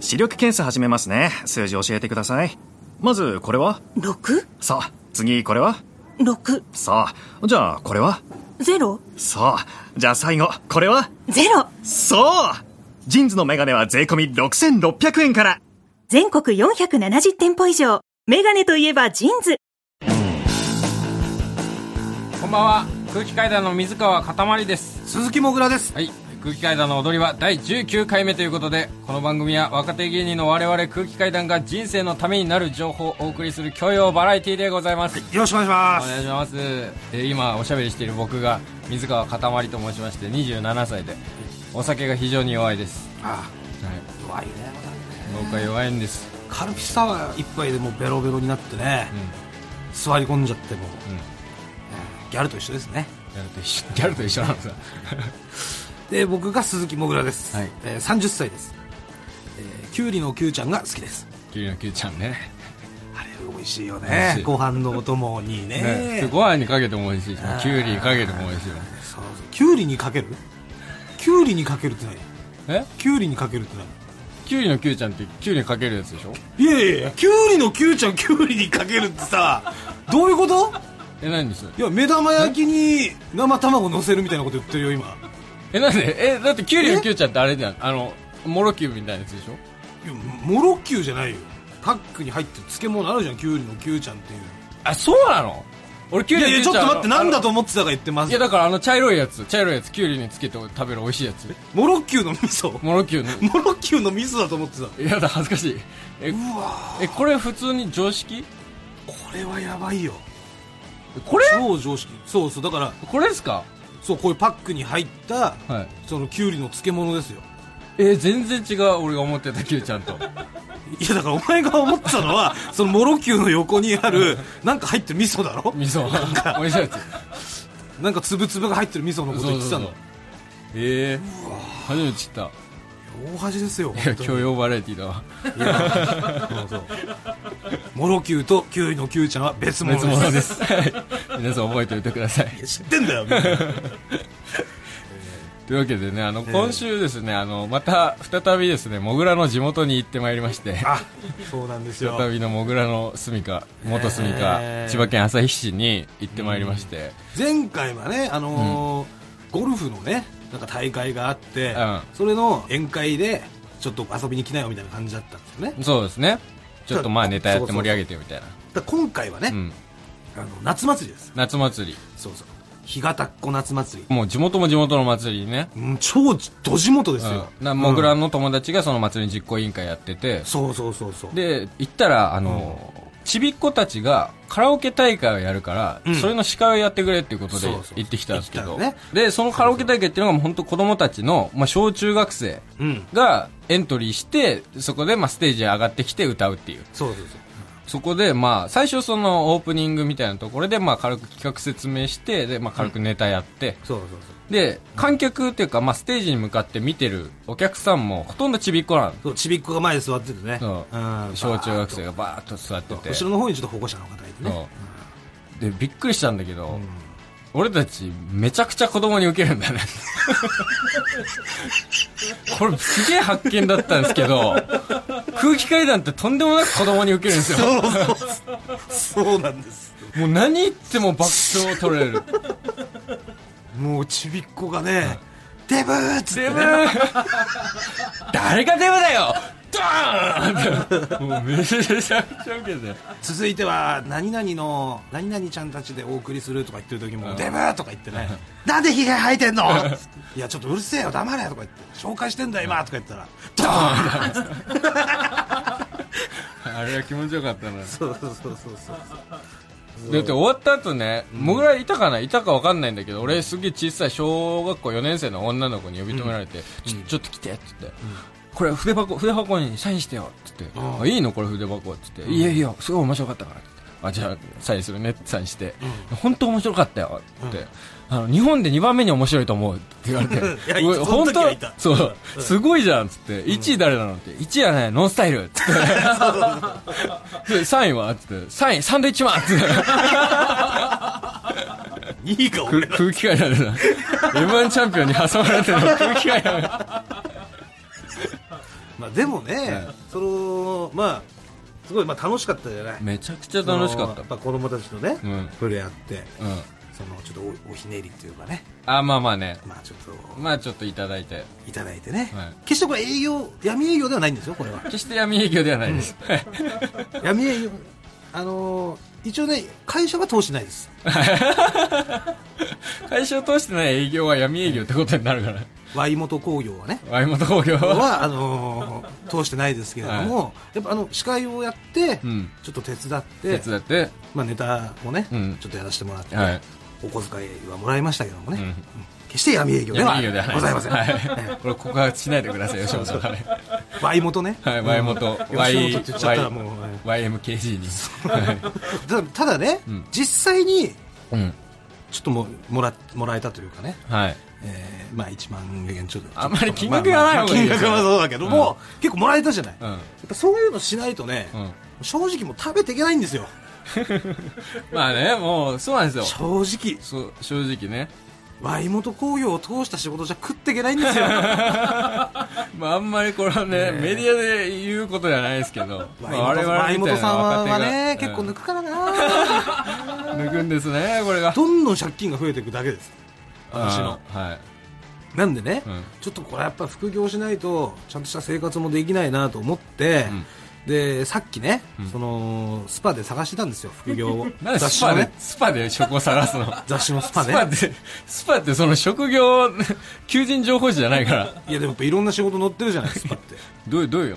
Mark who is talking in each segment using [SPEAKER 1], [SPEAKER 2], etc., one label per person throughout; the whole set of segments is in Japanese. [SPEAKER 1] 視力検査始めますね。数字教えてください。まず、これは
[SPEAKER 2] 6?
[SPEAKER 1] さあ、次、これは
[SPEAKER 2] 6
[SPEAKER 1] さあ、じゃあ、これは
[SPEAKER 2] ゼロ
[SPEAKER 1] さあ、じゃあ最後、これは
[SPEAKER 2] ゼロ
[SPEAKER 1] そうジンズのメガネは税込み6600円から
[SPEAKER 2] 全国470店舗以上メガネといえばジーンズ
[SPEAKER 3] こんばんは空気階段の水川かたまりです
[SPEAKER 4] 鈴木もぐらです
[SPEAKER 3] はい空気階段の踊りは第19回目ということでこの番組は若手芸人の我々空気階段が人生のためになる情報をお送りする教養バラエティでございます、
[SPEAKER 4] よろしくお願いしま
[SPEAKER 3] お
[SPEAKER 4] す
[SPEAKER 3] 願いします、えー今おしゃべりしている僕が水川かたまりと申しまして27歳でお酒が非常に弱いです
[SPEAKER 4] あ
[SPEAKER 3] はい
[SPEAKER 4] あ弱いね
[SPEAKER 3] 僕は弱いんです
[SPEAKER 4] カルピスサワー一杯でもうベロベロになってね、座り込んじゃってもう、
[SPEAKER 3] ん
[SPEAKER 4] うんギャルと一緒ですね
[SPEAKER 3] ギャルと一緒ギャルと一緒なんですよ
[SPEAKER 4] で僕が鈴木もぐらです、
[SPEAKER 3] はい
[SPEAKER 4] えー30歳です、えー、キュウリのキュウちゃんが好きです
[SPEAKER 3] キュウリのキュウちゃんね
[SPEAKER 4] あれ美味しいよ
[SPEAKER 3] 美味し
[SPEAKER 4] ね
[SPEAKER 3] い
[SPEAKER 4] ご飯のお供にね
[SPEAKER 3] ねご飯にかけても美味しいし
[SPEAKER 4] あー
[SPEAKER 3] キュウリにかけても美味しいよ
[SPEAKER 4] そうそうキュウリにかけるキュウリにかけるって何
[SPEAKER 3] え
[SPEAKER 4] キュウリにかけるって何
[SPEAKER 3] キュウリのキュウちゃんってキュウリにかけるやつでしょ
[SPEAKER 4] いやいやいやキュウリのキュウちゃんキュウリにかけるってさどういうこと
[SPEAKER 3] え何ですよ
[SPEAKER 4] いや目玉焼きに生卵乗せるみたいなこと言ってるよ今
[SPEAKER 3] えなんでえだってキュウリのキュウちゃんってあれじゃんあのモロキュウみたいなやつでしょ
[SPEAKER 4] いやモロッキューじゃないよパックに入ってる漬物あるじゃんキュウリのキュウちゃんっていう
[SPEAKER 3] あそうなの俺キュウ
[SPEAKER 4] い
[SPEAKER 3] リ
[SPEAKER 4] や
[SPEAKER 3] の
[SPEAKER 4] い
[SPEAKER 3] キュ
[SPEAKER 4] や
[SPEAKER 3] ウ
[SPEAKER 4] ち
[SPEAKER 3] ちゃ
[SPEAKER 4] ょっ
[SPEAKER 3] ん
[SPEAKER 4] と待って
[SPEAKER 3] あの
[SPEAKER 4] なんだと思ってたか言ってま
[SPEAKER 3] い
[SPEAKER 4] す
[SPEAKER 3] やだからあの茶色いやつ茶色いやつキュウリにつけて食べる美味しいやつ
[SPEAKER 4] モロッキューの味噌
[SPEAKER 3] モロキュウの
[SPEAKER 4] モロッキューの味噌だと思ってた
[SPEAKER 3] いやだ恥ずかしいええこれ普通に常識
[SPEAKER 4] これはやばいよ
[SPEAKER 3] これ
[SPEAKER 4] 超常識そうそうだから
[SPEAKER 3] これですか
[SPEAKER 4] そうこういうパックに入った、
[SPEAKER 3] はい
[SPEAKER 4] そのキュウリの漬物ですよ
[SPEAKER 3] え全然違う俺が思ってたキュウちゃんと
[SPEAKER 4] いやだからお前が思ってたのはそのモロキューの横にあるなんか入ってる味噌だろ
[SPEAKER 3] 味噌美味しいやつ
[SPEAKER 4] なんか粒々が入ってる味噌のこと言ってたの
[SPEAKER 3] ええ初めて知った
[SPEAKER 4] 大恥ですよ
[SPEAKER 3] いや
[SPEAKER 4] 本当に
[SPEAKER 3] 教養バラエティだわ
[SPEAKER 4] モロキューとキュウリのキュウちゃんは別物
[SPEAKER 3] 別
[SPEAKER 4] です
[SPEAKER 3] 物です はい皆さん覚えておいてください
[SPEAKER 4] 知ってんだよみんな
[SPEAKER 3] というわけでねあの今週ですね、あのまた再びですねモグラの地元に行ってまいりまして
[SPEAKER 4] あそうなんですよ
[SPEAKER 3] 再びのモグラの住処元住処、
[SPEAKER 4] えー
[SPEAKER 3] 千葉県旭市に行ってまいりまして、
[SPEAKER 4] 前回はねあのーゴルフのねなんか大会があって、
[SPEAKER 3] うん
[SPEAKER 4] それの宴会でちょっと遊びに来なよみたいな感じだったんですよね
[SPEAKER 3] そうですねちょっとまあ
[SPEAKER 4] そう
[SPEAKER 3] ネタやって盛り上げてみたいな
[SPEAKER 4] だから今回はね、
[SPEAKER 3] うん
[SPEAKER 4] あの夏祭りです
[SPEAKER 3] 夏祭り
[SPEAKER 4] そうそう日がたっこ夏祭
[SPEAKER 3] もう地元も地元の祭りにね
[SPEAKER 4] り、うん、超ど地元ですよ、
[SPEAKER 3] うんなモグラの友達がその祭り実行委員会やってて、
[SPEAKER 4] そうそうそうそう
[SPEAKER 3] で行ったらあの、ちびっ子たちがカラオケ大会をやるから、
[SPEAKER 4] ん
[SPEAKER 3] それの司会をやってくれっていうことで
[SPEAKER 4] そうそうそう
[SPEAKER 3] 行ってきたんですけ
[SPEAKER 4] 行
[SPEAKER 3] ど、
[SPEAKER 4] ったのね
[SPEAKER 3] でそのカラオケ大会っていうのがもう本当子供たちの、まあ、小中学生
[SPEAKER 4] うん
[SPEAKER 3] がエントリーしてそこでまあステージへ上がってきて歌うっていう
[SPEAKER 4] そうそうそう
[SPEAKER 3] そこでまあ最初そのオープニングみたいなところでまあ軽く企画説明してで、まあ、軽くネタやって、
[SPEAKER 4] そうそうそう
[SPEAKER 3] で観客っていうか、まあ、ステージに向かって見てるお客さんもほとんどちびっ子なの
[SPEAKER 4] そうちびっ子が前で座っててね
[SPEAKER 3] そう
[SPEAKER 4] うん
[SPEAKER 3] 小中学生がバーッと座ってて
[SPEAKER 4] 後ろの方にちょっと保護者の方がいてね
[SPEAKER 3] そうでびっくりしたんだけど、俺たちめちゃくちゃ子供に受けるんだね これすげえ発見だったんですけど空気階段ってとんでもなく子供に受けるんです よ
[SPEAKER 4] そうなんです
[SPEAKER 3] もう何言っても爆笑を取れる
[SPEAKER 4] もうちびっ子がねデブーっつって
[SPEAKER 3] デブ誰がデブだよドーンってもうめちゃくちゃ受けて
[SPEAKER 4] 続いては何々の何々ちゃんたちでお送りするとか言ってる時もデブーとか言ってねなんでひげ生え てんのいやちょっとうるせえよ黙れとか言って紹介してんだよ今とか言ったらドーン
[SPEAKER 3] あれは気持ちよかったな
[SPEAKER 4] そうそうそうそうそう
[SPEAKER 3] だって終わった後ね、もぐらいたかないたかわかんないんだけど、俺すげえ小さい小学校4年生の女の子に呼び止められて、ちょちょっと来てって言って、これ筆箱、筆箱にサインしてよって言って、あいいのこれ筆箱って言って、いやいや、すごい面白かったからって言って。あ、じゃあ、サインするねってサインして、本当面白かったよって言って、あの、日本で2番目に面白いと思うって言われて、
[SPEAKER 4] や いや
[SPEAKER 3] うわ
[SPEAKER 4] その時はいた
[SPEAKER 3] そう、すごいじゃんっつって、1位誰なのって、1位はね、ノンスタイルっ つって、で3位はっつって、3位、サンドイッチマンっつって。
[SPEAKER 4] いいか
[SPEAKER 3] く
[SPEAKER 4] 俺ら
[SPEAKER 3] 空気階段でな m 1チャンピオンに挟まれてる空気階段が
[SPEAKER 4] まあでもね、そのまあすごいまあ楽しかったじゃない
[SPEAKER 3] めちゃくちゃ楽しかっ
[SPEAKER 4] その
[SPEAKER 3] た
[SPEAKER 4] やっぱ子供たちとね、
[SPEAKER 3] うん
[SPEAKER 4] 触れ合って
[SPEAKER 3] うん
[SPEAKER 4] そのちょっとおおひねりというかね
[SPEAKER 3] あまあまあね
[SPEAKER 4] まあちょっと
[SPEAKER 3] まあちょっといただいて
[SPEAKER 4] いただいてね、
[SPEAKER 3] はい
[SPEAKER 4] 決してこれ営業闇営業ではないんですよこれは
[SPEAKER 3] 決して闇営業ではないです、はい
[SPEAKER 4] 闇営業あのー一応ね会社は通しないです
[SPEAKER 3] 会社を通してない営業は闇営業ってことになるから
[SPEAKER 4] ワイモト工業はね
[SPEAKER 3] ワイモト工業は
[SPEAKER 4] はあのー通してないですけれども、やっぱあの司会をやって、
[SPEAKER 3] うん
[SPEAKER 4] ちょっと手伝って
[SPEAKER 3] 手伝って
[SPEAKER 4] まあ、ネタもね、
[SPEAKER 3] うん
[SPEAKER 4] ちょっとやらせてもらって、
[SPEAKER 3] はい
[SPEAKER 4] お小遣いはもらいましたけどもね、
[SPEAKER 3] うん
[SPEAKER 4] うん決して闇営業では
[SPEAKER 3] 闇営業ではない
[SPEAKER 4] ございません、
[SPEAKER 3] は
[SPEAKER 4] え
[SPEAKER 3] い、これ告発しないでください吉本から
[SPEAKER 4] えワイモトね、
[SPEAKER 3] はいワイモト
[SPEAKER 4] うん
[SPEAKER 3] Y-
[SPEAKER 4] 吉本って言っちゃったらもう、え
[SPEAKER 3] YMKG にはい
[SPEAKER 4] えただただね、
[SPEAKER 3] うん
[SPEAKER 4] 実際に
[SPEAKER 3] うん
[SPEAKER 4] ちょっとももらもらえたというかね、
[SPEAKER 3] はい
[SPEAKER 4] えーまあ、1万円ちょっと
[SPEAKER 3] あんまり金額がない
[SPEAKER 4] まあまあ
[SPEAKER 3] 方がいいです
[SPEAKER 4] 金
[SPEAKER 3] よ
[SPEAKER 4] 額はそうだけども、結構もらえたじゃない、
[SPEAKER 3] う
[SPEAKER 4] や
[SPEAKER 3] ん
[SPEAKER 4] っぱそういうのしないとね、
[SPEAKER 3] うん
[SPEAKER 4] 正直もう食べていけないんですよ
[SPEAKER 3] まあねもうそうなんですよ
[SPEAKER 4] 正直
[SPEAKER 3] そう正直ね
[SPEAKER 4] ワイモト工業を通した仕事じゃ食っていけないんですよ
[SPEAKER 3] まああんまりこれはねメディアで言うことじゃないですけど まあ
[SPEAKER 4] ワイモトワイモトさんはね、
[SPEAKER 3] みたい
[SPEAKER 4] 結構
[SPEAKER 3] な
[SPEAKER 4] 抜
[SPEAKER 3] 若
[SPEAKER 4] くからな
[SPEAKER 3] 手がうん抜くんですねこれが
[SPEAKER 4] どんどん借金が増えていくだけです私の
[SPEAKER 3] うんはい
[SPEAKER 4] なんでね、
[SPEAKER 3] うん
[SPEAKER 4] ちょっとこれやっぱ副業しないとちゃんとした生活もできないなと思って、でさっきね、そのスパで探してたんですよ副業を
[SPEAKER 3] なんで
[SPEAKER 4] 雑
[SPEAKER 3] ス
[SPEAKER 4] 誌
[SPEAKER 3] パ
[SPEAKER 4] の
[SPEAKER 3] で
[SPEAKER 4] ね、
[SPEAKER 3] スパで職を探すの
[SPEAKER 4] 雑誌のスパ
[SPEAKER 3] ス
[SPEAKER 4] ね
[SPEAKER 3] パって、スパってその職業、求人情報誌じゃないから。
[SPEAKER 4] いやでもやっぱいろんな仕事載ってるじゃないスパってい
[SPEAKER 3] どういう、どういうの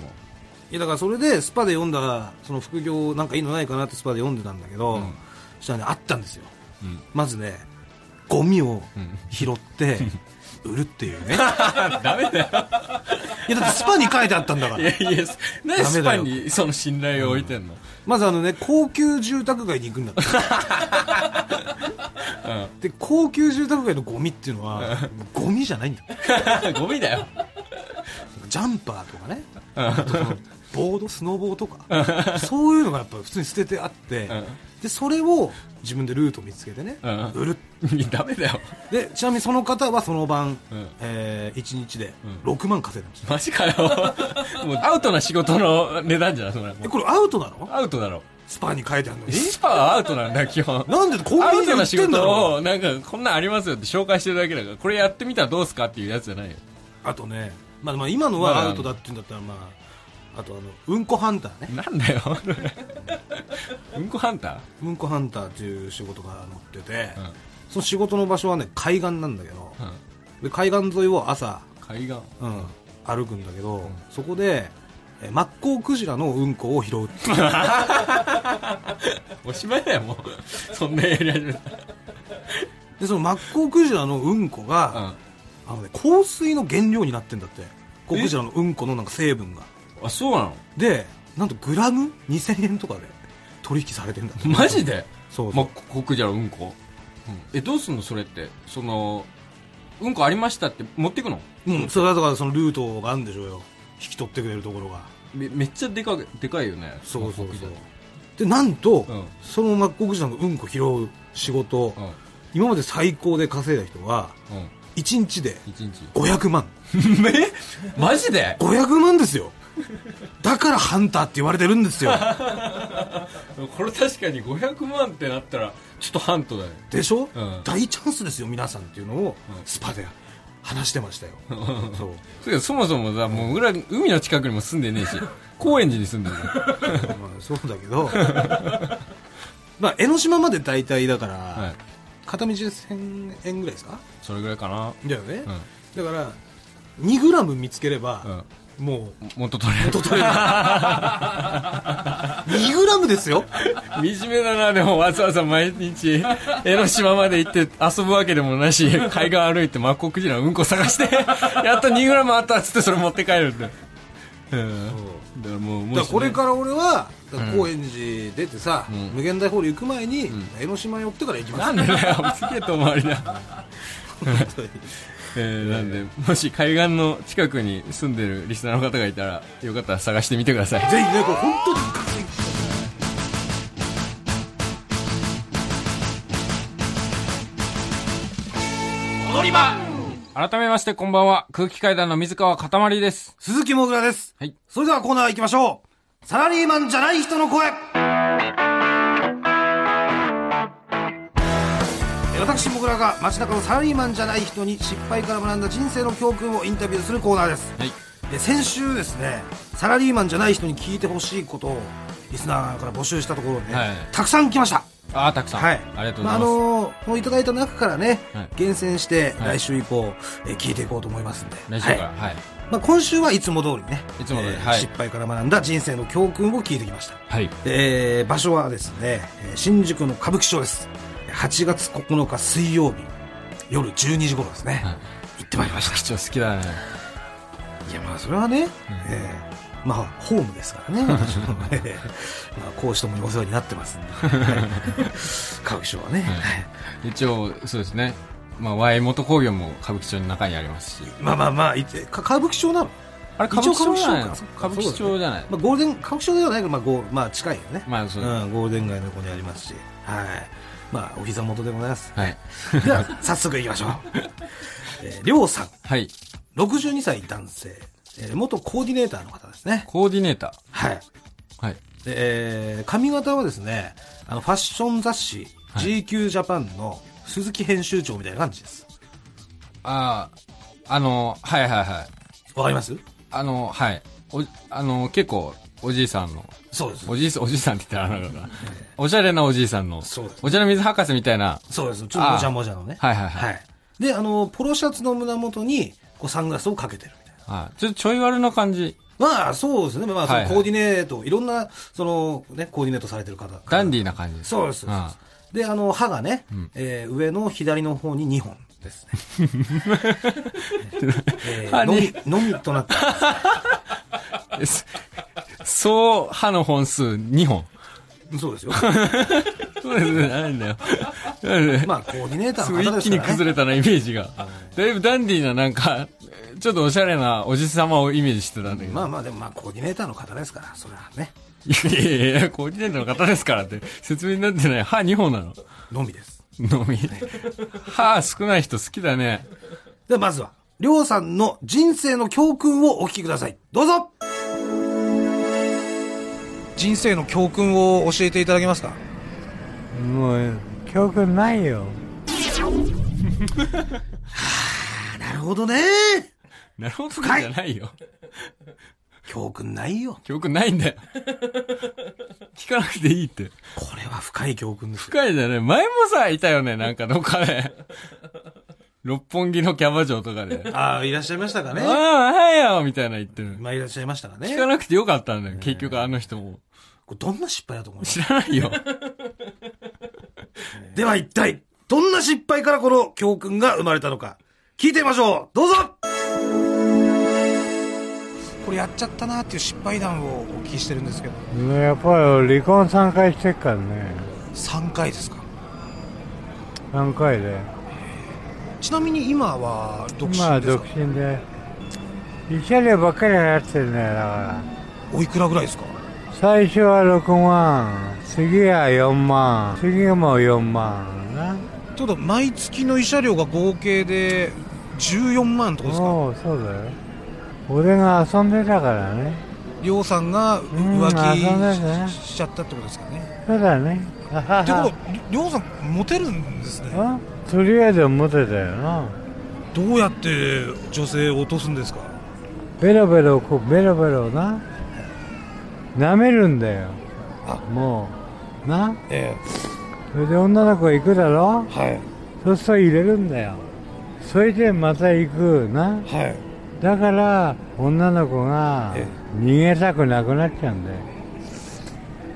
[SPEAKER 4] やだからそれでスパで読んだその副業なんかいいのないかなってスパで読んでたんだけど、
[SPEAKER 3] ん
[SPEAKER 4] そしたらねあったんですよ
[SPEAKER 3] うん。
[SPEAKER 4] まずねゴミを
[SPEAKER 3] ん
[SPEAKER 4] 拾って売るっていうねい
[SPEAKER 3] ダメだよ。
[SPEAKER 4] やだってスパに書いてあったんだか
[SPEAKER 3] い
[SPEAKER 4] ら
[SPEAKER 3] やいや、なんでスパにその信頼を置い てんの
[SPEAKER 4] まずあのね高級住宅街に行くんだって
[SPEAKER 3] うん。
[SPEAKER 4] で高級住宅街のゴミっていうのはゴミじゃないんだ
[SPEAKER 3] ゴミだよ。
[SPEAKER 4] ジャンパーとかねあとそのボードスノボーとかそういうのがやっぱ普通に捨ててあって
[SPEAKER 3] ん
[SPEAKER 4] でそれを自分でルート見つけてね
[SPEAKER 3] うん
[SPEAKER 4] 売る
[SPEAKER 3] いやダメだよ。
[SPEAKER 4] でちなみにその方はその晩、
[SPEAKER 3] うん
[SPEAKER 4] え1日で6万稼いでました、
[SPEAKER 3] マジかよ。もうアウトな仕事の値段じゃん、それはも
[SPEAKER 4] え
[SPEAKER 3] う。
[SPEAKER 4] これアウトなの
[SPEAKER 3] アウトだろ。
[SPEAKER 4] スパに書いてあるのに
[SPEAKER 3] スパはアウトなんだよ、基本。
[SPEAKER 4] なんでコン
[SPEAKER 3] ア
[SPEAKER 4] ビ
[SPEAKER 3] ウ
[SPEAKER 4] ニ
[SPEAKER 3] ト
[SPEAKER 4] で売
[SPEAKER 3] な
[SPEAKER 4] っ
[SPEAKER 3] 仕
[SPEAKER 4] てんだろう
[SPEAKER 3] 事を、なんか、こんなんありますよって紹介してるだけだから、これやってみたらどうすかっていうやつじゃないよ。
[SPEAKER 4] あとね、まあ、まあ今の
[SPEAKER 3] ま
[SPEAKER 4] は
[SPEAKER 3] あ
[SPEAKER 4] アウトだって言うんだったら、まあ、あとあのうんこハンターね
[SPEAKER 3] なんだよ。 うんこハンタ
[SPEAKER 4] うんこハンターっていう仕事が載ってて、
[SPEAKER 3] うん
[SPEAKER 4] その仕事の場所はね海岸なんだけど
[SPEAKER 3] ー、うん、
[SPEAKER 4] で海岸沿いを朝、
[SPEAKER 3] 海岸。
[SPEAKER 4] うん、歩くんだけど、そこでえマッコウクジラのうんこを拾うっていう
[SPEAKER 3] おしまいだよ、もう。 そんなやり始めた
[SPEAKER 4] でそのマッコウクジラのうんこ
[SPEAKER 3] ら。
[SPEAKER 4] が、あのね、香水の原料になってんだってマッコウクジラのうんこのなんか成分が
[SPEAKER 3] あ、そうなの
[SPEAKER 4] でなんとグラム2000円とかで取引されてんだって
[SPEAKER 3] マジで
[SPEAKER 4] そうそ
[SPEAKER 3] ま
[SPEAKER 4] う、
[SPEAKER 3] コクジャラうんこ。え、どうすんのそれって。その、うんこありましたって持ってくの
[SPEAKER 4] うん、それはだからそのルートがあるんでしょうよ引き取ってくれるところが
[SPEAKER 3] めめっちゃでかくでかいよね。
[SPEAKER 4] そうそ
[SPEAKER 3] マッコ
[SPEAKER 4] う
[SPEAKER 3] ウクジ
[SPEAKER 4] そ
[SPEAKER 3] ャ
[SPEAKER 4] う
[SPEAKER 3] ラ
[SPEAKER 4] でなんと、
[SPEAKER 3] うん
[SPEAKER 4] そのマッコウクジラのうんこ拾う仕事、今まで最高で稼いだ人は
[SPEAKER 3] うん。うん。
[SPEAKER 4] 1日で
[SPEAKER 3] 一日。
[SPEAKER 4] 500万
[SPEAKER 3] えマジで
[SPEAKER 4] 500万ですよだからハンターって言われてるんです よ
[SPEAKER 3] これ確かに500万ってなったら、ちょっとハントだよ。
[SPEAKER 4] でしょ、
[SPEAKER 3] うん
[SPEAKER 4] 大チャンスですよ皆さんっていうのを
[SPEAKER 3] うん
[SPEAKER 4] スパで話してましたよ、そう
[SPEAKER 3] そやそもそもさ、もう裏、海の近くにも住んでねえし、高円寺に住んでるよ
[SPEAKER 4] まあそうだけど まあ江ノ島まで大体だから、
[SPEAKER 3] はい。
[SPEAKER 4] 片道で1000円ぐらいですか
[SPEAKER 3] それぐらいかな。
[SPEAKER 4] だよね、だから2グラム見つければ、もう
[SPEAKER 3] 元取れる。
[SPEAKER 4] 元取れる2グラムで すよ
[SPEAKER 3] 惨めだな、でもわざわざ毎日、江ノ島まで行って遊ぶわけでもなし、海岸歩いてマッコウクジラのうんこ探して、 やっと 2g あったっつってそれ持って帰るんだよ。うん。だからもう、も
[SPEAKER 4] だからこれ
[SPEAKER 3] ら。
[SPEAKER 4] から俺はだから高円寺出てさ、無限大ホール行く前に、江ノ島寄ってから行きます
[SPEAKER 3] なんで だよ、すげえ遠回りだ。
[SPEAKER 4] 本当に
[SPEAKER 3] えー、なんで、もし海岸の近くに住んでるリスナーの方がいたら、よかったら探してみてください。
[SPEAKER 4] ぜひねこれ本当に
[SPEAKER 3] 踊り場改めましてこんばんは。空気階段の水川かたまりです。
[SPEAKER 4] 鈴木もぐらです。
[SPEAKER 3] はい。
[SPEAKER 4] それではコーナー行きましょう。サラリーマンじゃない人の声。え私もぐらが街中のサラリーマンじゃない人に失敗から学んだ人生の教訓をインタビューするコーナーです。
[SPEAKER 3] はい。
[SPEAKER 4] で先週ですねサラリーマンじゃない人に聞いてほしいことをリスナーから募集したところね、
[SPEAKER 3] はい
[SPEAKER 4] たくさん来ました
[SPEAKER 3] あー、たくさん。
[SPEAKER 4] はい
[SPEAKER 3] ありがとうご
[SPEAKER 4] まあ
[SPEAKER 3] ざいます。
[SPEAKER 4] あのーこのいただいた中からね、
[SPEAKER 3] はい
[SPEAKER 4] 厳選して
[SPEAKER 3] はい
[SPEAKER 4] 来週以降、えー聞いていこうと思いますんで
[SPEAKER 3] 来週から。
[SPEAKER 4] はい
[SPEAKER 3] はい。
[SPEAKER 4] まあ、今週はいつも通りね
[SPEAKER 3] いつも通り
[SPEAKER 4] えー
[SPEAKER 3] はい
[SPEAKER 4] 失敗から学んだ人生の教訓を聞いてきました
[SPEAKER 3] はい。
[SPEAKER 4] でえー場所はですねえー新宿の歌舞伎町です8月9日水曜日夜12時頃ですね、
[SPEAKER 3] はい
[SPEAKER 4] 行ってまいりました
[SPEAKER 3] 貴重好きだね。
[SPEAKER 4] いやまあそれはね、ええまあホームですからね 私もええまあ講師ともにお世話になってますんで 歌舞伎町はね、はい
[SPEAKER 3] 一応、そうですね。まあ、Y 元工業も歌舞伎町の中にありますし。
[SPEAKER 4] まあまあまあいてか歌舞伎町なの、
[SPEAKER 3] あれ、歌舞伎町じゃないの歌
[SPEAKER 4] 一応歌
[SPEAKER 3] 舞
[SPEAKER 4] 舞
[SPEAKER 3] 伎
[SPEAKER 4] 伎
[SPEAKER 3] 町
[SPEAKER 4] 町
[SPEAKER 3] じゃない。
[SPEAKER 4] まあ、ゴールデン歌舞伎町ではないけど、まあ、ゴーまあ近いよね、
[SPEAKER 3] まあ、そうです。
[SPEAKER 4] うん、ゴールデン街のここにありますしはいまあお膝元でございます
[SPEAKER 3] はい。
[SPEAKER 4] では早速いきましょう、えー、りょうさん
[SPEAKER 3] はい。
[SPEAKER 4] 62歳男性、えー元コーディネーターの方ですね
[SPEAKER 3] コーディネータ
[SPEAKER 4] はい
[SPEAKER 3] ー。はい。
[SPEAKER 4] でえー髪型はですねあのファッション雑誌
[SPEAKER 3] はい
[SPEAKER 4] GQ ジャパンの鈴木編集長みたいな感じです
[SPEAKER 3] ああ、あの、はいはいはい。
[SPEAKER 4] わかります
[SPEAKER 3] あの、はい。お、あの、結構、おじいさんの、
[SPEAKER 4] そうです
[SPEAKER 3] おじいさん、おじいさんって言ったらあれ だな。おしゃれなおじいさんの、
[SPEAKER 4] そうです
[SPEAKER 3] お茶の水博士みたいな、
[SPEAKER 4] そうですちょっともじゃもじゃのね
[SPEAKER 3] はいはいはい
[SPEAKER 4] であのポロシャツの胸元にこうサングラスをかけてるみたいな
[SPEAKER 3] はい。ちょっとちょい悪な感じ。
[SPEAKER 4] まあそうですねまあそ
[SPEAKER 3] はい
[SPEAKER 4] の
[SPEAKER 3] はい
[SPEAKER 4] コーディネート、いろんなそのねコーディネートされてる方
[SPEAKER 3] ダンディーな感じです。
[SPEAKER 4] そうですそうです
[SPEAKER 3] あ
[SPEAKER 4] であの歯がね、えー上の左の方に2本です ね、え
[SPEAKER 3] 歯
[SPEAKER 4] ー、の
[SPEAKER 3] に
[SPEAKER 4] みのみとなった
[SPEAKER 3] あ。ですそう、歯の本数2本。
[SPEAKER 4] そ うですよ
[SPEAKER 3] そうですね、なんだよ。なんだよ
[SPEAKER 4] まあ、コーディネータ
[SPEAKER 3] す
[SPEAKER 4] ー
[SPEAKER 3] ご
[SPEAKER 4] の
[SPEAKER 3] い
[SPEAKER 4] 方で
[SPEAKER 3] 一
[SPEAKER 4] す
[SPEAKER 3] 気
[SPEAKER 4] から、
[SPEAKER 3] に
[SPEAKER 4] ね、
[SPEAKER 3] 崩れたな、イメージが。だいぶダンディーな、なんか、ちょっとおしゃれなおじさまをイメージしてたんだけど。
[SPEAKER 4] まあまあ、でもまあ、コーディネーターの方ですから、それはね、
[SPEAKER 3] いやいやいや、コーディネートの方ですからって、説明になってない。歯2本なの。
[SPEAKER 4] のみです。
[SPEAKER 3] のみ。歯少ない人好きだね。
[SPEAKER 4] では、まずは、りょうさんの人生の教訓をお聞きください。どうぞ人生の教訓を教えていただけますか
[SPEAKER 5] もう教訓ないよ
[SPEAKER 4] なるほどね。
[SPEAKER 3] なるほど、じゃないよ。
[SPEAKER 4] 教訓ないよ。
[SPEAKER 3] 記憶ないんだよ。聞かなくていいって。
[SPEAKER 4] これは深い教訓ですよ。
[SPEAKER 3] 深いじゃない。前もさ、いたよね、なんかどっかで。六本木のキャバ嬢とかで。
[SPEAKER 4] ああ、いらっしゃいましたか
[SPEAKER 3] ああ、
[SPEAKER 4] ね。
[SPEAKER 3] はいよみたいな言ってる。
[SPEAKER 4] まあ、いらっしゃいましたかね
[SPEAKER 3] 聞。かなくてよかったんだよ、結局あの人も。
[SPEAKER 4] これどんな失敗だと思います
[SPEAKER 3] 知ら ないよ。
[SPEAKER 4] では一体、どんな失敗からこの教訓が生まれたのか、聞いてみましょうどうぞこれやっちゃったなっていう失敗談をお聞きしてるんですけど、
[SPEAKER 5] やっぱり離婚3回してっからね
[SPEAKER 4] 3回ですか
[SPEAKER 5] 3回で
[SPEAKER 4] ちなみに今は独身ですか、
[SPEAKER 5] 今は独身で慰謝料ばっかり払ってるんだよだか
[SPEAKER 4] おいくらぐらいですから
[SPEAKER 5] 最初は6万次は4万次も4万な
[SPEAKER 4] ちょうど毎月の慰謝料が合計で14万ってことですか
[SPEAKER 5] もうそうだよ俺が遊んでたからね
[SPEAKER 4] りょうさんが
[SPEAKER 5] ん
[SPEAKER 4] 浮
[SPEAKER 5] そうです
[SPEAKER 4] 気
[SPEAKER 5] ね
[SPEAKER 4] ししちゃったってことですかね
[SPEAKER 5] そうだねあは
[SPEAKER 4] って こ
[SPEAKER 5] は
[SPEAKER 4] とりりょうさんモテるんですね
[SPEAKER 5] あとりあえずモテたよな
[SPEAKER 4] どうやって女性を落とすんですか
[SPEAKER 5] ベロベロこうベロベロな舐めるんだよ
[SPEAKER 4] あ
[SPEAKER 5] もうな
[SPEAKER 4] え
[SPEAKER 5] それで女の子行くだろ
[SPEAKER 4] えはい
[SPEAKER 5] そうすると入れるんだよそれでまた行くな
[SPEAKER 4] はい
[SPEAKER 5] だから女の子が
[SPEAKER 4] え
[SPEAKER 5] 逃げたくなくなっちゃうんだよ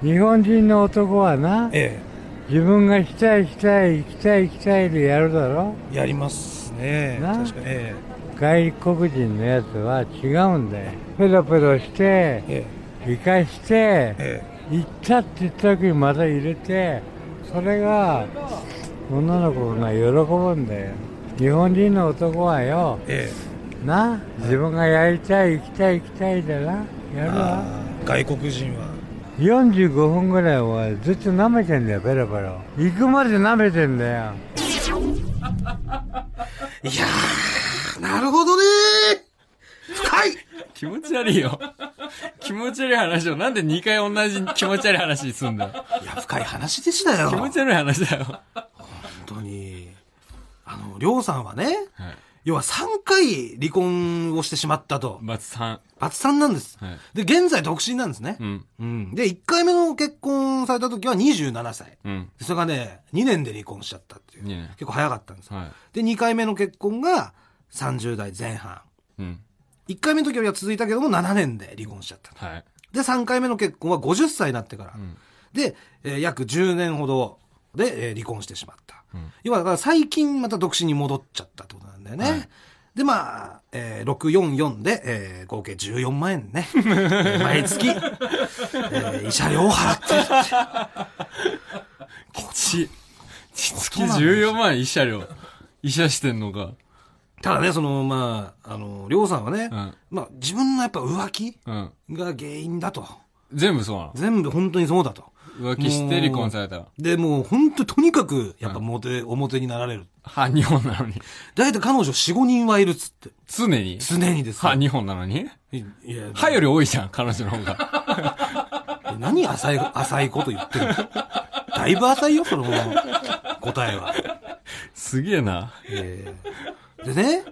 [SPEAKER 5] 日本人の男はな
[SPEAKER 4] え
[SPEAKER 5] 自分が行きたい行きたい行きたい行きたいでやるだろ
[SPEAKER 4] えやりますね
[SPEAKER 5] な
[SPEAKER 4] 確かにえ
[SPEAKER 5] 外国人のやつは違うんだよペロペロして
[SPEAKER 4] ええ
[SPEAKER 5] 生かして
[SPEAKER 4] ええ
[SPEAKER 5] 行ったって言った時にまた入れてそれが女の子が喜ぶんだよ日本人の男はよ
[SPEAKER 4] え
[SPEAKER 5] な自分がやりたい行きたい行きたいだなや
[SPEAKER 4] え
[SPEAKER 5] るわ
[SPEAKER 4] ああ外国人は
[SPEAKER 5] 45分ぐらいお前ずっと舐めてんだよペロペロ行くまで舐めてんだよ
[SPEAKER 4] いやーなるほどね深い
[SPEAKER 3] 気持ち悪いよ。気持ち悪い話を、なんで2回同じ気持ち悪い話にすんだよ。
[SPEAKER 4] いや、深い話でしたよ。
[SPEAKER 3] 気持ち悪い話だよ。
[SPEAKER 4] 本当に。あの、りょうさんはね、
[SPEAKER 3] はい。
[SPEAKER 4] 要は3回離婚をしてしまったと。
[SPEAKER 3] バツさん。
[SPEAKER 4] バツさんなんです。
[SPEAKER 3] はい
[SPEAKER 4] で、現在独身なんですね。
[SPEAKER 3] うん。
[SPEAKER 4] うんで、1回目の結婚された時は27歳。
[SPEAKER 3] うん。
[SPEAKER 4] それがね、2年で離婚しちゃったっていう。
[SPEAKER 3] いいね
[SPEAKER 4] 結構早かったんですよ、
[SPEAKER 3] はい
[SPEAKER 4] で、2回目の結婚が30代前半。
[SPEAKER 3] うん。
[SPEAKER 4] 1回目の時は続いたけども7年で離婚しちゃった。
[SPEAKER 3] はい。
[SPEAKER 4] で、3回目の結婚は50歳になってから。で、えー約10年ほどで、えー離婚してしまった。要は、だから最近また独身に戻っちゃったってことなんだよね。で、まあ、えー644で、えー合計14万円 ね。えー毎月、えー、慰謝料を払ってるっていう。
[SPEAKER 3] ち、ち月14万医者料。医者してんのか。
[SPEAKER 4] ただね、その、まあ、あの、りょうさんはね、
[SPEAKER 3] うん
[SPEAKER 4] まあ、自分のやっぱ浮気
[SPEAKER 3] うん。
[SPEAKER 4] が原因だと。
[SPEAKER 3] 全部そうなの。
[SPEAKER 4] 全部本当にそうだと。
[SPEAKER 3] 浮気して離婚されたら。
[SPEAKER 4] で、もう本当とにかく、やっぱ表、表になられる。
[SPEAKER 3] 半日本なのに。
[SPEAKER 4] だいたい彼女4、5人はいるっつって。
[SPEAKER 3] 常に
[SPEAKER 4] 常にですよ。
[SPEAKER 3] 半日本なのに
[SPEAKER 4] いいや、
[SPEAKER 3] 歯より多いじゃん、彼女の方が。
[SPEAKER 4] 何浅い、浅いこと言ってるのだいぶ浅いよ、その答えは。
[SPEAKER 3] すげえな。
[SPEAKER 4] えーでね、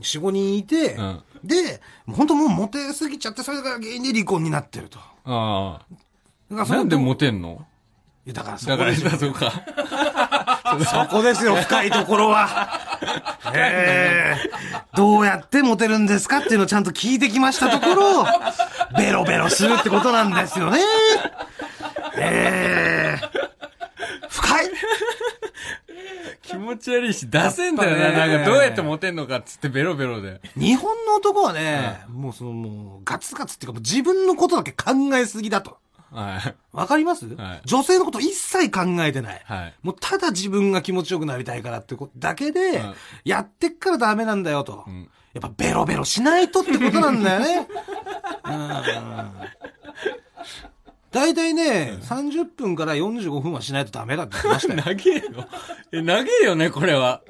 [SPEAKER 4] 4、5人いて、
[SPEAKER 3] うん
[SPEAKER 4] で、本当もうモテすぎちゃって、それが原因で離婚になってると。
[SPEAKER 3] ああ。
[SPEAKER 4] だからそれ
[SPEAKER 3] なんでモテんの
[SPEAKER 4] いやだからそ
[SPEAKER 3] だ
[SPEAKER 4] こ
[SPEAKER 3] から、
[SPEAKER 4] ですよ
[SPEAKER 3] だ。とか。
[SPEAKER 4] そこですよ、深いところは。えーどうやってモテるんですかっていうのをちゃんと聞いてきましたところ、ベロベロするってことなんですよね。えー深い
[SPEAKER 3] 気持ち悪いし、出せんだよ
[SPEAKER 4] やっぱ
[SPEAKER 3] な。
[SPEAKER 4] ね
[SPEAKER 3] なんか、どうやってモテんのかっつってベロベロで。
[SPEAKER 4] 日本の男はね、もうそのもうガツガツっていうかもう自分のことだけ考えすぎだと。
[SPEAKER 3] はい。
[SPEAKER 4] わかります、
[SPEAKER 3] はい
[SPEAKER 4] 女性のこと一切考えてない。
[SPEAKER 3] はい
[SPEAKER 4] もうただ自分が気持ちよくなりたいからってことだけで
[SPEAKER 3] はい、
[SPEAKER 4] やってっからダメなんだよと。
[SPEAKER 3] ん
[SPEAKER 4] やっぱベロベロしないとってことなんだよ ね。だいたいね、30分から45分はしないとダメだって言ってましたよ。
[SPEAKER 3] 長えよ。え、長えよね、これは。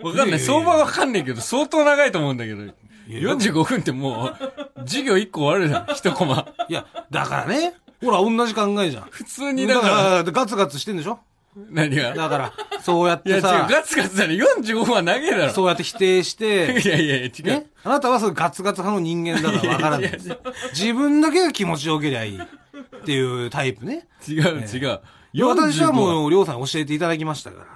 [SPEAKER 3] わかんない。相場わかんないけど、相当長いと思うんだけど。45分ってもう、授業1個終わるじゃん、1コ マ。
[SPEAKER 4] いや、だからね、ほら同じ考えじゃん。
[SPEAKER 3] 普通に、だから、
[SPEAKER 4] らガツガツしてんでしょ
[SPEAKER 3] 何が。
[SPEAKER 4] だから、そうやっ
[SPEAKER 3] いや、違
[SPEAKER 4] て
[SPEAKER 3] う、
[SPEAKER 4] さ、
[SPEAKER 3] ガツガツだね。45分は長えだろ。
[SPEAKER 4] そうやって否定し
[SPEAKER 3] い
[SPEAKER 4] て、
[SPEAKER 3] やいやいや、違う
[SPEAKER 4] ね。、あなたはそうガツガツ派の人間だからわからないです。自分だけが気持ちよけりゃいいっていうタイプね。
[SPEAKER 3] 違う、違う。
[SPEAKER 4] 私は
[SPEAKER 3] う、
[SPEAKER 4] もう、りょうさんに教えていただきましたから。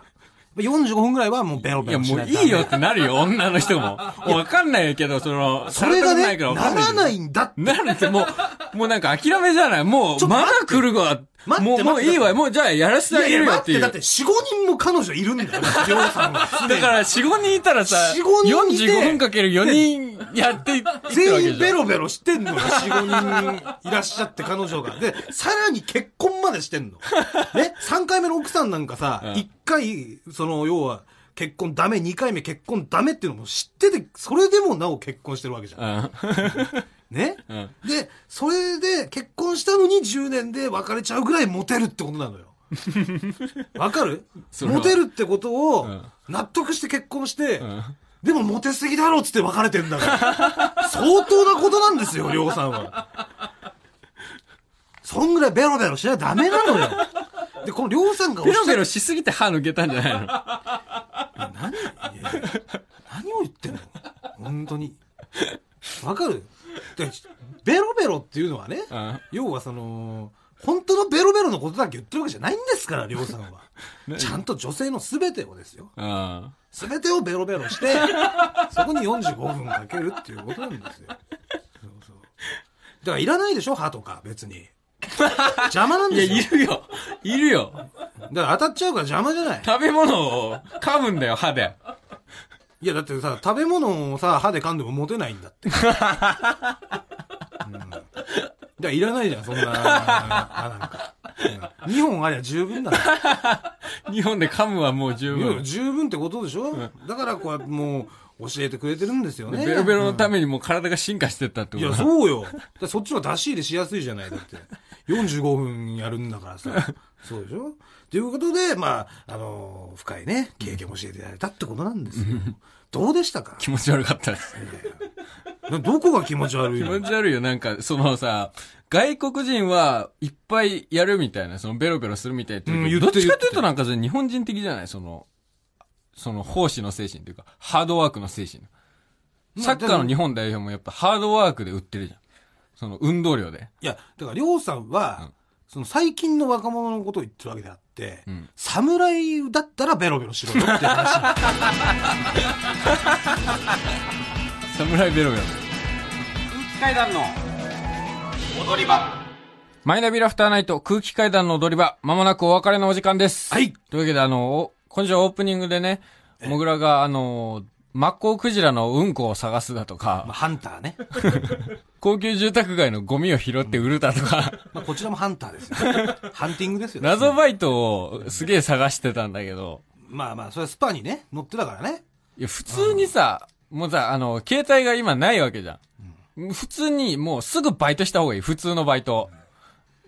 [SPEAKER 4] 45分ぐらいはもうベ
[SPEAKER 3] い
[SPEAKER 4] ロベ
[SPEAKER 3] や、
[SPEAKER 4] ロし
[SPEAKER 3] もう
[SPEAKER 4] ないと
[SPEAKER 3] いいよってなるよ、女の人も。わかんないけど、その、
[SPEAKER 4] それが
[SPEAKER 3] さ
[SPEAKER 4] ね、
[SPEAKER 3] たく
[SPEAKER 4] な
[SPEAKER 3] ないからわかんない
[SPEAKER 4] ら
[SPEAKER 3] けど
[SPEAKER 4] ないんだって。
[SPEAKER 3] なるってもう、もうなんか諦めじゃないも
[SPEAKER 4] ちょ
[SPEAKER 3] う、
[SPEAKER 4] っと
[SPEAKER 3] ま
[SPEAKER 4] 待
[SPEAKER 3] だ
[SPEAKER 4] って
[SPEAKER 3] 来るわ。
[SPEAKER 4] 待って
[SPEAKER 3] もう、もう
[SPEAKER 4] 待って
[SPEAKER 3] いいわ。もうじゃあやらせ
[SPEAKER 4] い
[SPEAKER 3] てあ
[SPEAKER 4] やい
[SPEAKER 3] げ
[SPEAKER 4] や、
[SPEAKER 3] るよ
[SPEAKER 4] 待
[SPEAKER 3] っ
[SPEAKER 4] って
[SPEAKER 3] い
[SPEAKER 4] て、
[SPEAKER 3] う。
[SPEAKER 4] だって4、5人も彼女いるんだよ、 りょうさんは。
[SPEAKER 3] だから、4、5人いたらさ、
[SPEAKER 4] 4 5人いて
[SPEAKER 3] 45分かける4人やっていってるわけじゃん
[SPEAKER 4] 全員ベロベロしてんのよ、4、5人いらっしゃって彼女が。で、さらに結婚までしてんの。ね、3回目の奥さんなんかさ、
[SPEAKER 3] ん
[SPEAKER 4] 1回、その、要は、結婚ダメ、2回目結婚ダメっていうのも知ってて、それでもなお結婚してるわけじゃん。ね、
[SPEAKER 3] ん
[SPEAKER 4] で、それで結婚したのに10年で別れちゃうぐらいモテるってこと なのよ。わかる
[SPEAKER 3] それは
[SPEAKER 4] モテるってことを
[SPEAKER 3] ん
[SPEAKER 4] 納得して結婚して、
[SPEAKER 3] ん
[SPEAKER 4] でもモテすぎだろっつって別れてん だから。相当なことなんですよ、りょうさんは。そんぐらいベロベロしなゃダメなのよ。で、このりょうさんが
[SPEAKER 3] ベロベロ
[SPEAKER 4] る。
[SPEAKER 3] しすぎて歯抜けたんじゃないの
[SPEAKER 4] 何いやいや何を言ってんの本当に。わかるでベロベロっていうのはね、
[SPEAKER 3] ん
[SPEAKER 4] 要はその、本当のベロベロのことだけ言ってるわけじゃないんですから、りょうさ んは。ちゃんと女性の全てをですよ。
[SPEAKER 3] うん。
[SPEAKER 4] 全てをベロベロして、そこに45分かけるっていうことなんですよ。そうそう。だからいらないでしょ歯とか、別に。邪魔なん
[SPEAKER 3] いや、
[SPEAKER 4] です
[SPEAKER 3] い。
[SPEAKER 4] よ
[SPEAKER 3] るよ。いるよ。
[SPEAKER 4] だから当たっちゃうから邪魔じゃない。
[SPEAKER 3] 食べ物を噛むんだよ、歯で。
[SPEAKER 4] いや、だってさ、食べ物をさ、歯で噛んでも持てないんだ って。うん、だからいらないじゃん、そんな、歯なんか。うん、2本ありゃ十分だな。
[SPEAKER 3] 日本で噛むはもう十
[SPEAKER 4] いや
[SPEAKER 3] 分。
[SPEAKER 4] 十分ってことでしょ、だからこうやってもう、教えてくれてるんですよね。
[SPEAKER 3] ベロベロのためにもう体が進化してったって
[SPEAKER 4] い
[SPEAKER 3] こ
[SPEAKER 4] や、
[SPEAKER 3] と
[SPEAKER 4] そうよ。だからそっちの方が出し入れしやすいじゃない。だって。45分やるんだからさ。そうでしょということで、まあ、あのー深いね、経験を教えていただいたってことなんですよ。どうでしたか
[SPEAKER 3] 気持ち悪かったです。
[SPEAKER 4] などこが気持ち悪い
[SPEAKER 3] 気
[SPEAKER 4] の
[SPEAKER 3] 持ち悪いよ。なんか、そのさ、外国人はいっぱいやるみたいな、そのベロベロするみたいって言うけど
[SPEAKER 4] うん言って
[SPEAKER 3] どっちか
[SPEAKER 4] 言って
[SPEAKER 3] というとなんかそれ日本人的じゃないその、その奉仕の精神というか、ハードワークの精神。
[SPEAKER 4] あ
[SPEAKER 3] サッカーの日本代表もやっぱハードワークで売ってるじゃん。その運動量で。
[SPEAKER 4] いや、だから、りょうさんは、
[SPEAKER 3] うん
[SPEAKER 4] その最近の若者のことを言ってるわけであって、
[SPEAKER 3] うん
[SPEAKER 4] 侍だったらベロベロしろよ っていう話。
[SPEAKER 3] 侍ベロベロ。
[SPEAKER 6] 階段の踊り場
[SPEAKER 3] マイナビラフターナイト空気階段の踊り場、まもなくお別れのお時間です。
[SPEAKER 4] はい。
[SPEAKER 3] というわけで、あの、お今週はオープニングでね、モグラが、あの、マッコウクジラのうんこを探すだとか、
[SPEAKER 4] まあ、ハンターね。
[SPEAKER 3] 高級住宅街のゴミを拾って売るだと か、
[SPEAKER 4] まあ、こちらもハンターですよ。 ハンティングですよ。
[SPEAKER 3] 謎バイトをすげえ探してたんだけど、
[SPEAKER 4] まあまあ、それはスパにね、乗ってたからね。
[SPEAKER 3] いや、普通にさ、もうさ、あの、携帯が今ないわけじゃん。普通に、もうすぐバイトした方がいい、普通のバイト。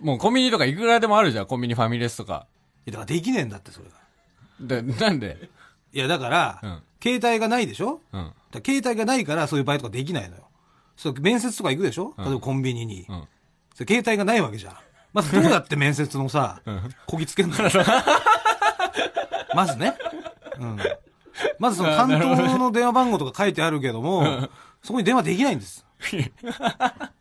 [SPEAKER 3] もうコンビニとかいくらでもあるじゃん、コンビニファミレスとか。
[SPEAKER 4] いや、だからできねえんだって、それ
[SPEAKER 3] で、
[SPEAKER 4] が。
[SPEAKER 3] なんで
[SPEAKER 4] いや、だから、
[SPEAKER 3] うん
[SPEAKER 4] 携帯がないでしょ、
[SPEAKER 3] うん。
[SPEAKER 4] だから携帯がないから、そういうバイトができないのよ。そう、面接とか行くでしょ、例えばコンビニに。
[SPEAKER 3] ん
[SPEAKER 4] それ携帯がないわけじゃん。まずどうやって面接のさ、こぎつけんの まずね。うん。まずその担当の電話番号とか書いてあるけども、そこに電話できない んです。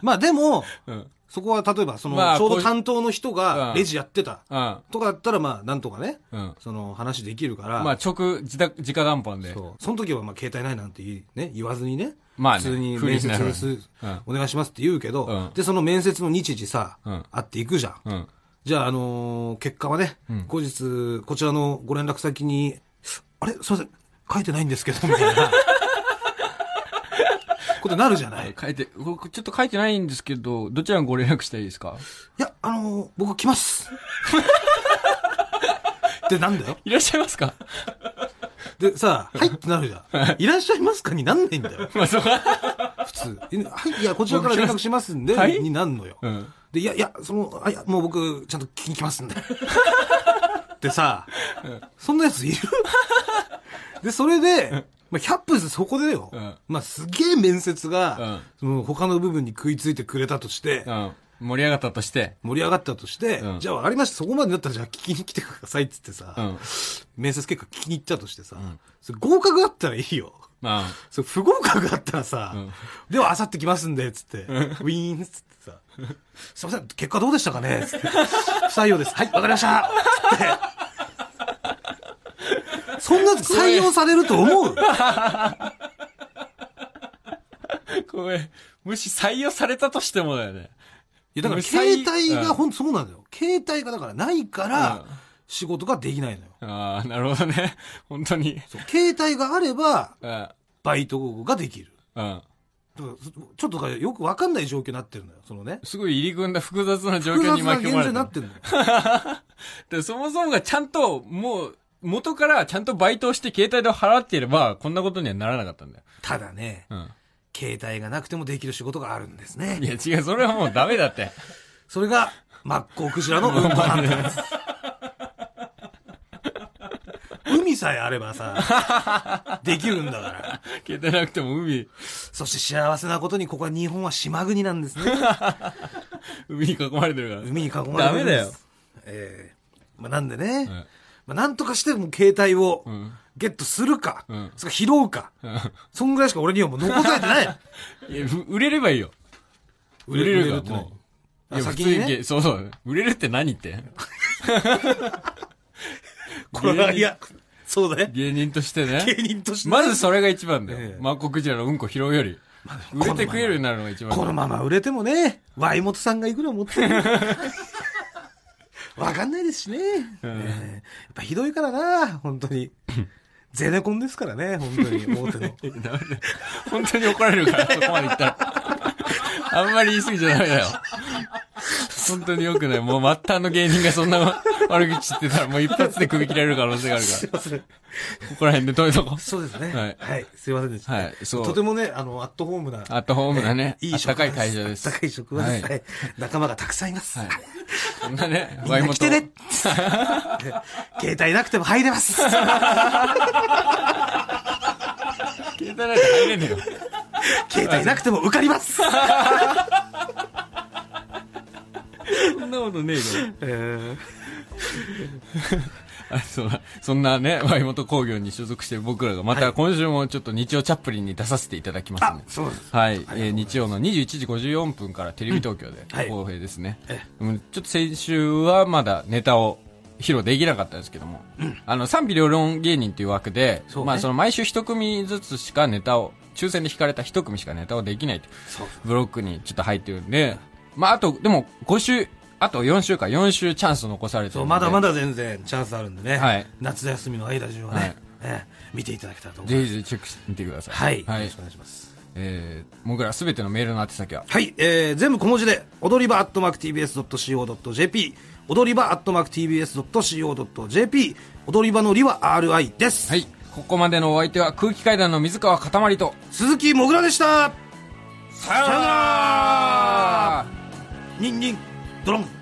[SPEAKER 4] まあでも、
[SPEAKER 3] うん。
[SPEAKER 4] そこは例えば、その、
[SPEAKER 3] まあ
[SPEAKER 4] ちょう
[SPEAKER 3] こ
[SPEAKER 4] ど
[SPEAKER 3] う
[SPEAKER 4] 担当の人がレジやってた。
[SPEAKER 3] うん。
[SPEAKER 4] とかだったら、まあ、なんとかね、
[SPEAKER 3] うん
[SPEAKER 4] その話できるから、
[SPEAKER 3] まあ、直、自宅、直談判で。
[SPEAKER 4] そう。その時は、まあ、携帯ないなんて言いね、言わずにね。
[SPEAKER 3] まあね
[SPEAKER 4] 普通に
[SPEAKER 3] フリーに
[SPEAKER 4] 面接
[SPEAKER 3] なるわね
[SPEAKER 4] す
[SPEAKER 3] うん
[SPEAKER 4] お願いしますって言うけど、
[SPEAKER 3] うん
[SPEAKER 4] で、その面接の日時さ、
[SPEAKER 3] うん
[SPEAKER 4] 会っていくじゃん。
[SPEAKER 3] うん。
[SPEAKER 4] じゃあ、あのー結果はね、後日、こちらのご連絡先に、あれすいません、書いてないんですけど、みたい な。ことになるじゃない。い
[SPEAKER 3] 書いて、こちょっと書いてないんですけど、どちらにご連絡したらいいですか
[SPEAKER 4] や、あのー僕 来ます。ってなんだよ。
[SPEAKER 3] いらっしゃいますか
[SPEAKER 4] で、さ、はいってなるじゃん。いらっしゃいますかになんないんだよ。
[SPEAKER 3] まあ、そうか。
[SPEAKER 4] 普通。えはい、いや、こちらから連絡しますんで、
[SPEAKER 3] はい
[SPEAKER 4] になんのよ。
[SPEAKER 3] ん
[SPEAKER 4] で、いや、いや、その、あ、いや、もう僕、ちゃんと聞きに来ます んで。でさ、そんなやついる で、それで、まあ、100分そこでよ。
[SPEAKER 3] うん
[SPEAKER 4] まあ、すげえ面接が、その他の部分に食いついてくれたとして、
[SPEAKER 3] うん。盛り上がったとして。
[SPEAKER 4] 盛り上がったとして、
[SPEAKER 3] うん
[SPEAKER 4] じゃあ分かりました、そこまでだったらじゃあ聞きに来てくださいって言ってさ、
[SPEAKER 3] うん
[SPEAKER 4] 面接結果聞きに行ったとしてさ、それ合格だったらいいよ。
[SPEAKER 3] まあ、
[SPEAKER 4] そう、不合格だったらさ、では、あさって来ますんで、つって、ウィーン、つってさ、すいません、結果どうでしたかねつって、不採用です。はい、わかりましたつって。そんなやつ採用されると思う
[SPEAKER 3] これ、もし採用されたとしてもだよね。
[SPEAKER 4] いや、だから、
[SPEAKER 3] 無採
[SPEAKER 4] 携帯が、
[SPEAKER 3] うん
[SPEAKER 4] ほんとそうなんだよ。携帯がだからないから
[SPEAKER 3] うん、
[SPEAKER 4] 仕事ができないのよ。
[SPEAKER 3] ああ、なるほどね。本当に。
[SPEAKER 4] そう携帯があれば、
[SPEAKER 3] うん。
[SPEAKER 4] バイトができる。
[SPEAKER 3] うん。
[SPEAKER 4] だからちょっとだからよくわかんない状況になってるのよ、そのね。
[SPEAKER 3] すごい入り組んだ複雑な状
[SPEAKER 4] 複
[SPEAKER 3] 況
[SPEAKER 4] 雑
[SPEAKER 3] に
[SPEAKER 4] な
[SPEAKER 3] 巻き
[SPEAKER 4] 現
[SPEAKER 3] 込ま
[SPEAKER 4] 状
[SPEAKER 3] れ
[SPEAKER 4] にな
[SPEAKER 3] た
[SPEAKER 4] っ。てるのよ。
[SPEAKER 3] で、そもそもがちゃんと、もう、元からちゃんとバイトをして携帯で払っていれば、こんなことにはならなかったんだよ。
[SPEAKER 4] ただね、
[SPEAKER 3] うん。
[SPEAKER 4] 携帯がなくてもできる仕事があるんです
[SPEAKER 3] い
[SPEAKER 4] ね。
[SPEAKER 3] や、違う、それはもうダメだって。
[SPEAKER 4] それが、マッコウクジラのうんこなんです。海さえあればさ、 できるんだから。
[SPEAKER 3] 携帯なくても海、
[SPEAKER 4] そして幸せなことに、ここは日本は島国なんですね。
[SPEAKER 3] 海に囲まれてるから。
[SPEAKER 4] 海に囲まれてるんです。
[SPEAKER 3] ダメだよ。
[SPEAKER 4] ええまあなんでね、まあなんとかしてもう携帯をゲットするか、
[SPEAKER 3] ん
[SPEAKER 4] それか拾うか、そんぐらいしか俺にはもう残されて ない。
[SPEAKER 3] いや、ふ売れればいいよ。売れる
[SPEAKER 4] って
[SPEAKER 3] か
[SPEAKER 4] ない
[SPEAKER 3] もう。
[SPEAKER 4] あ
[SPEAKER 3] いや、普
[SPEAKER 4] 先
[SPEAKER 3] 通
[SPEAKER 4] に
[SPEAKER 3] に
[SPEAKER 4] ね
[SPEAKER 3] け、そうそう。売れるって何って。
[SPEAKER 4] これは、いや、そうだね。
[SPEAKER 3] 芸人としてね。
[SPEAKER 4] 芸人としてね
[SPEAKER 3] まずそれが一番だ
[SPEAKER 4] え
[SPEAKER 3] よ。
[SPEAKER 4] え
[SPEAKER 3] マッコクジラのうんこ拾うより。売れて食えるようになるのが一番だ
[SPEAKER 4] このまま売れてもね、ワイモトさんがいくら持ってる わかんないですしね。ねえやっぱひどいからな、本当に。ゼネコンですからね、本当に、大 手の。
[SPEAKER 3] 本当に怒られ るから、そこまで言ったら。あんまり言い過ぎちゃダメだよ。本当に良くない。もう末端の芸人がそんな 悪口言ってたらもう一発で首切られる可能性があるか
[SPEAKER 4] すいません。
[SPEAKER 3] ら。ここら辺で止めとこ
[SPEAKER 4] そうですね。
[SPEAKER 3] は
[SPEAKER 4] はいい。すいませんでした。
[SPEAKER 3] はいそう
[SPEAKER 4] とてもね、あの、アットホームな。
[SPEAKER 3] アットホームなね
[SPEAKER 4] えい
[SPEAKER 3] あっ
[SPEAKER 4] い職
[SPEAKER 3] た
[SPEAKER 4] 場
[SPEAKER 3] かい会社です
[SPEAKER 4] あったかい職場です。
[SPEAKER 3] は
[SPEAKER 4] はいい。仲間がたくさんいます。
[SPEAKER 3] う。
[SPEAKER 4] は
[SPEAKER 3] はいい。。そんなね、
[SPEAKER 4] みんな来て
[SPEAKER 3] ワイ
[SPEAKER 4] ね
[SPEAKER 3] モ。
[SPEAKER 4] 携帯なくても入 れます。
[SPEAKER 3] ト 携帯なんか入れねえよ。
[SPEAKER 4] 携帯なくても受かります。
[SPEAKER 3] そんなことねえよ。
[SPEAKER 4] えー
[SPEAKER 3] あ そうだそんなね、ワイモト工業に所属してる僕らが、また今週もちょっと日曜チャップリンに出させていただきます
[SPEAKER 4] あ
[SPEAKER 3] ね、。
[SPEAKER 4] そうです。
[SPEAKER 3] はい、えー日曜の21時54分からテレビ東京で
[SPEAKER 4] はい
[SPEAKER 3] 放映ですね、
[SPEAKER 4] え
[SPEAKER 3] うんちょっと先週はまだネタを披露できなかったんですけども、あの賛否両論芸人という枠で、
[SPEAKER 4] そうね
[SPEAKER 3] まあ、その毎週一組ずつしかネタを抽選で引かれた一組しかネタをできないと
[SPEAKER 4] そう
[SPEAKER 3] ブロックにちょっと入ってるんで、まあ、あとでも5週あと4週か4週チャンス残されて
[SPEAKER 4] そ
[SPEAKER 3] る
[SPEAKER 4] う、
[SPEAKER 3] んで
[SPEAKER 4] まだまだ全然チャンスあるんでね。
[SPEAKER 3] はい
[SPEAKER 4] 夏休みの間中は
[SPEAKER 3] はい
[SPEAKER 4] ね、えー見ていただけたらと思いま
[SPEAKER 3] ぜ
[SPEAKER 4] す。
[SPEAKER 3] ひぜひチェックしてみてください
[SPEAKER 4] はい。よ
[SPEAKER 3] は
[SPEAKER 4] ろ
[SPEAKER 3] い
[SPEAKER 4] しくお願いします。
[SPEAKER 3] えー、僕らすべてのメールの宛先は
[SPEAKER 4] はい、えー、全部小文字で、踊り場アットマーク TBS.CO.JP、踊り場アットマーク TBS.CO.JP、踊り場のりは RI です。
[SPEAKER 3] はいここまでのお相手は空気階段の水川かたまりと
[SPEAKER 4] 鈴木もぐらでした
[SPEAKER 3] さよなら
[SPEAKER 4] ニンニン、ドロン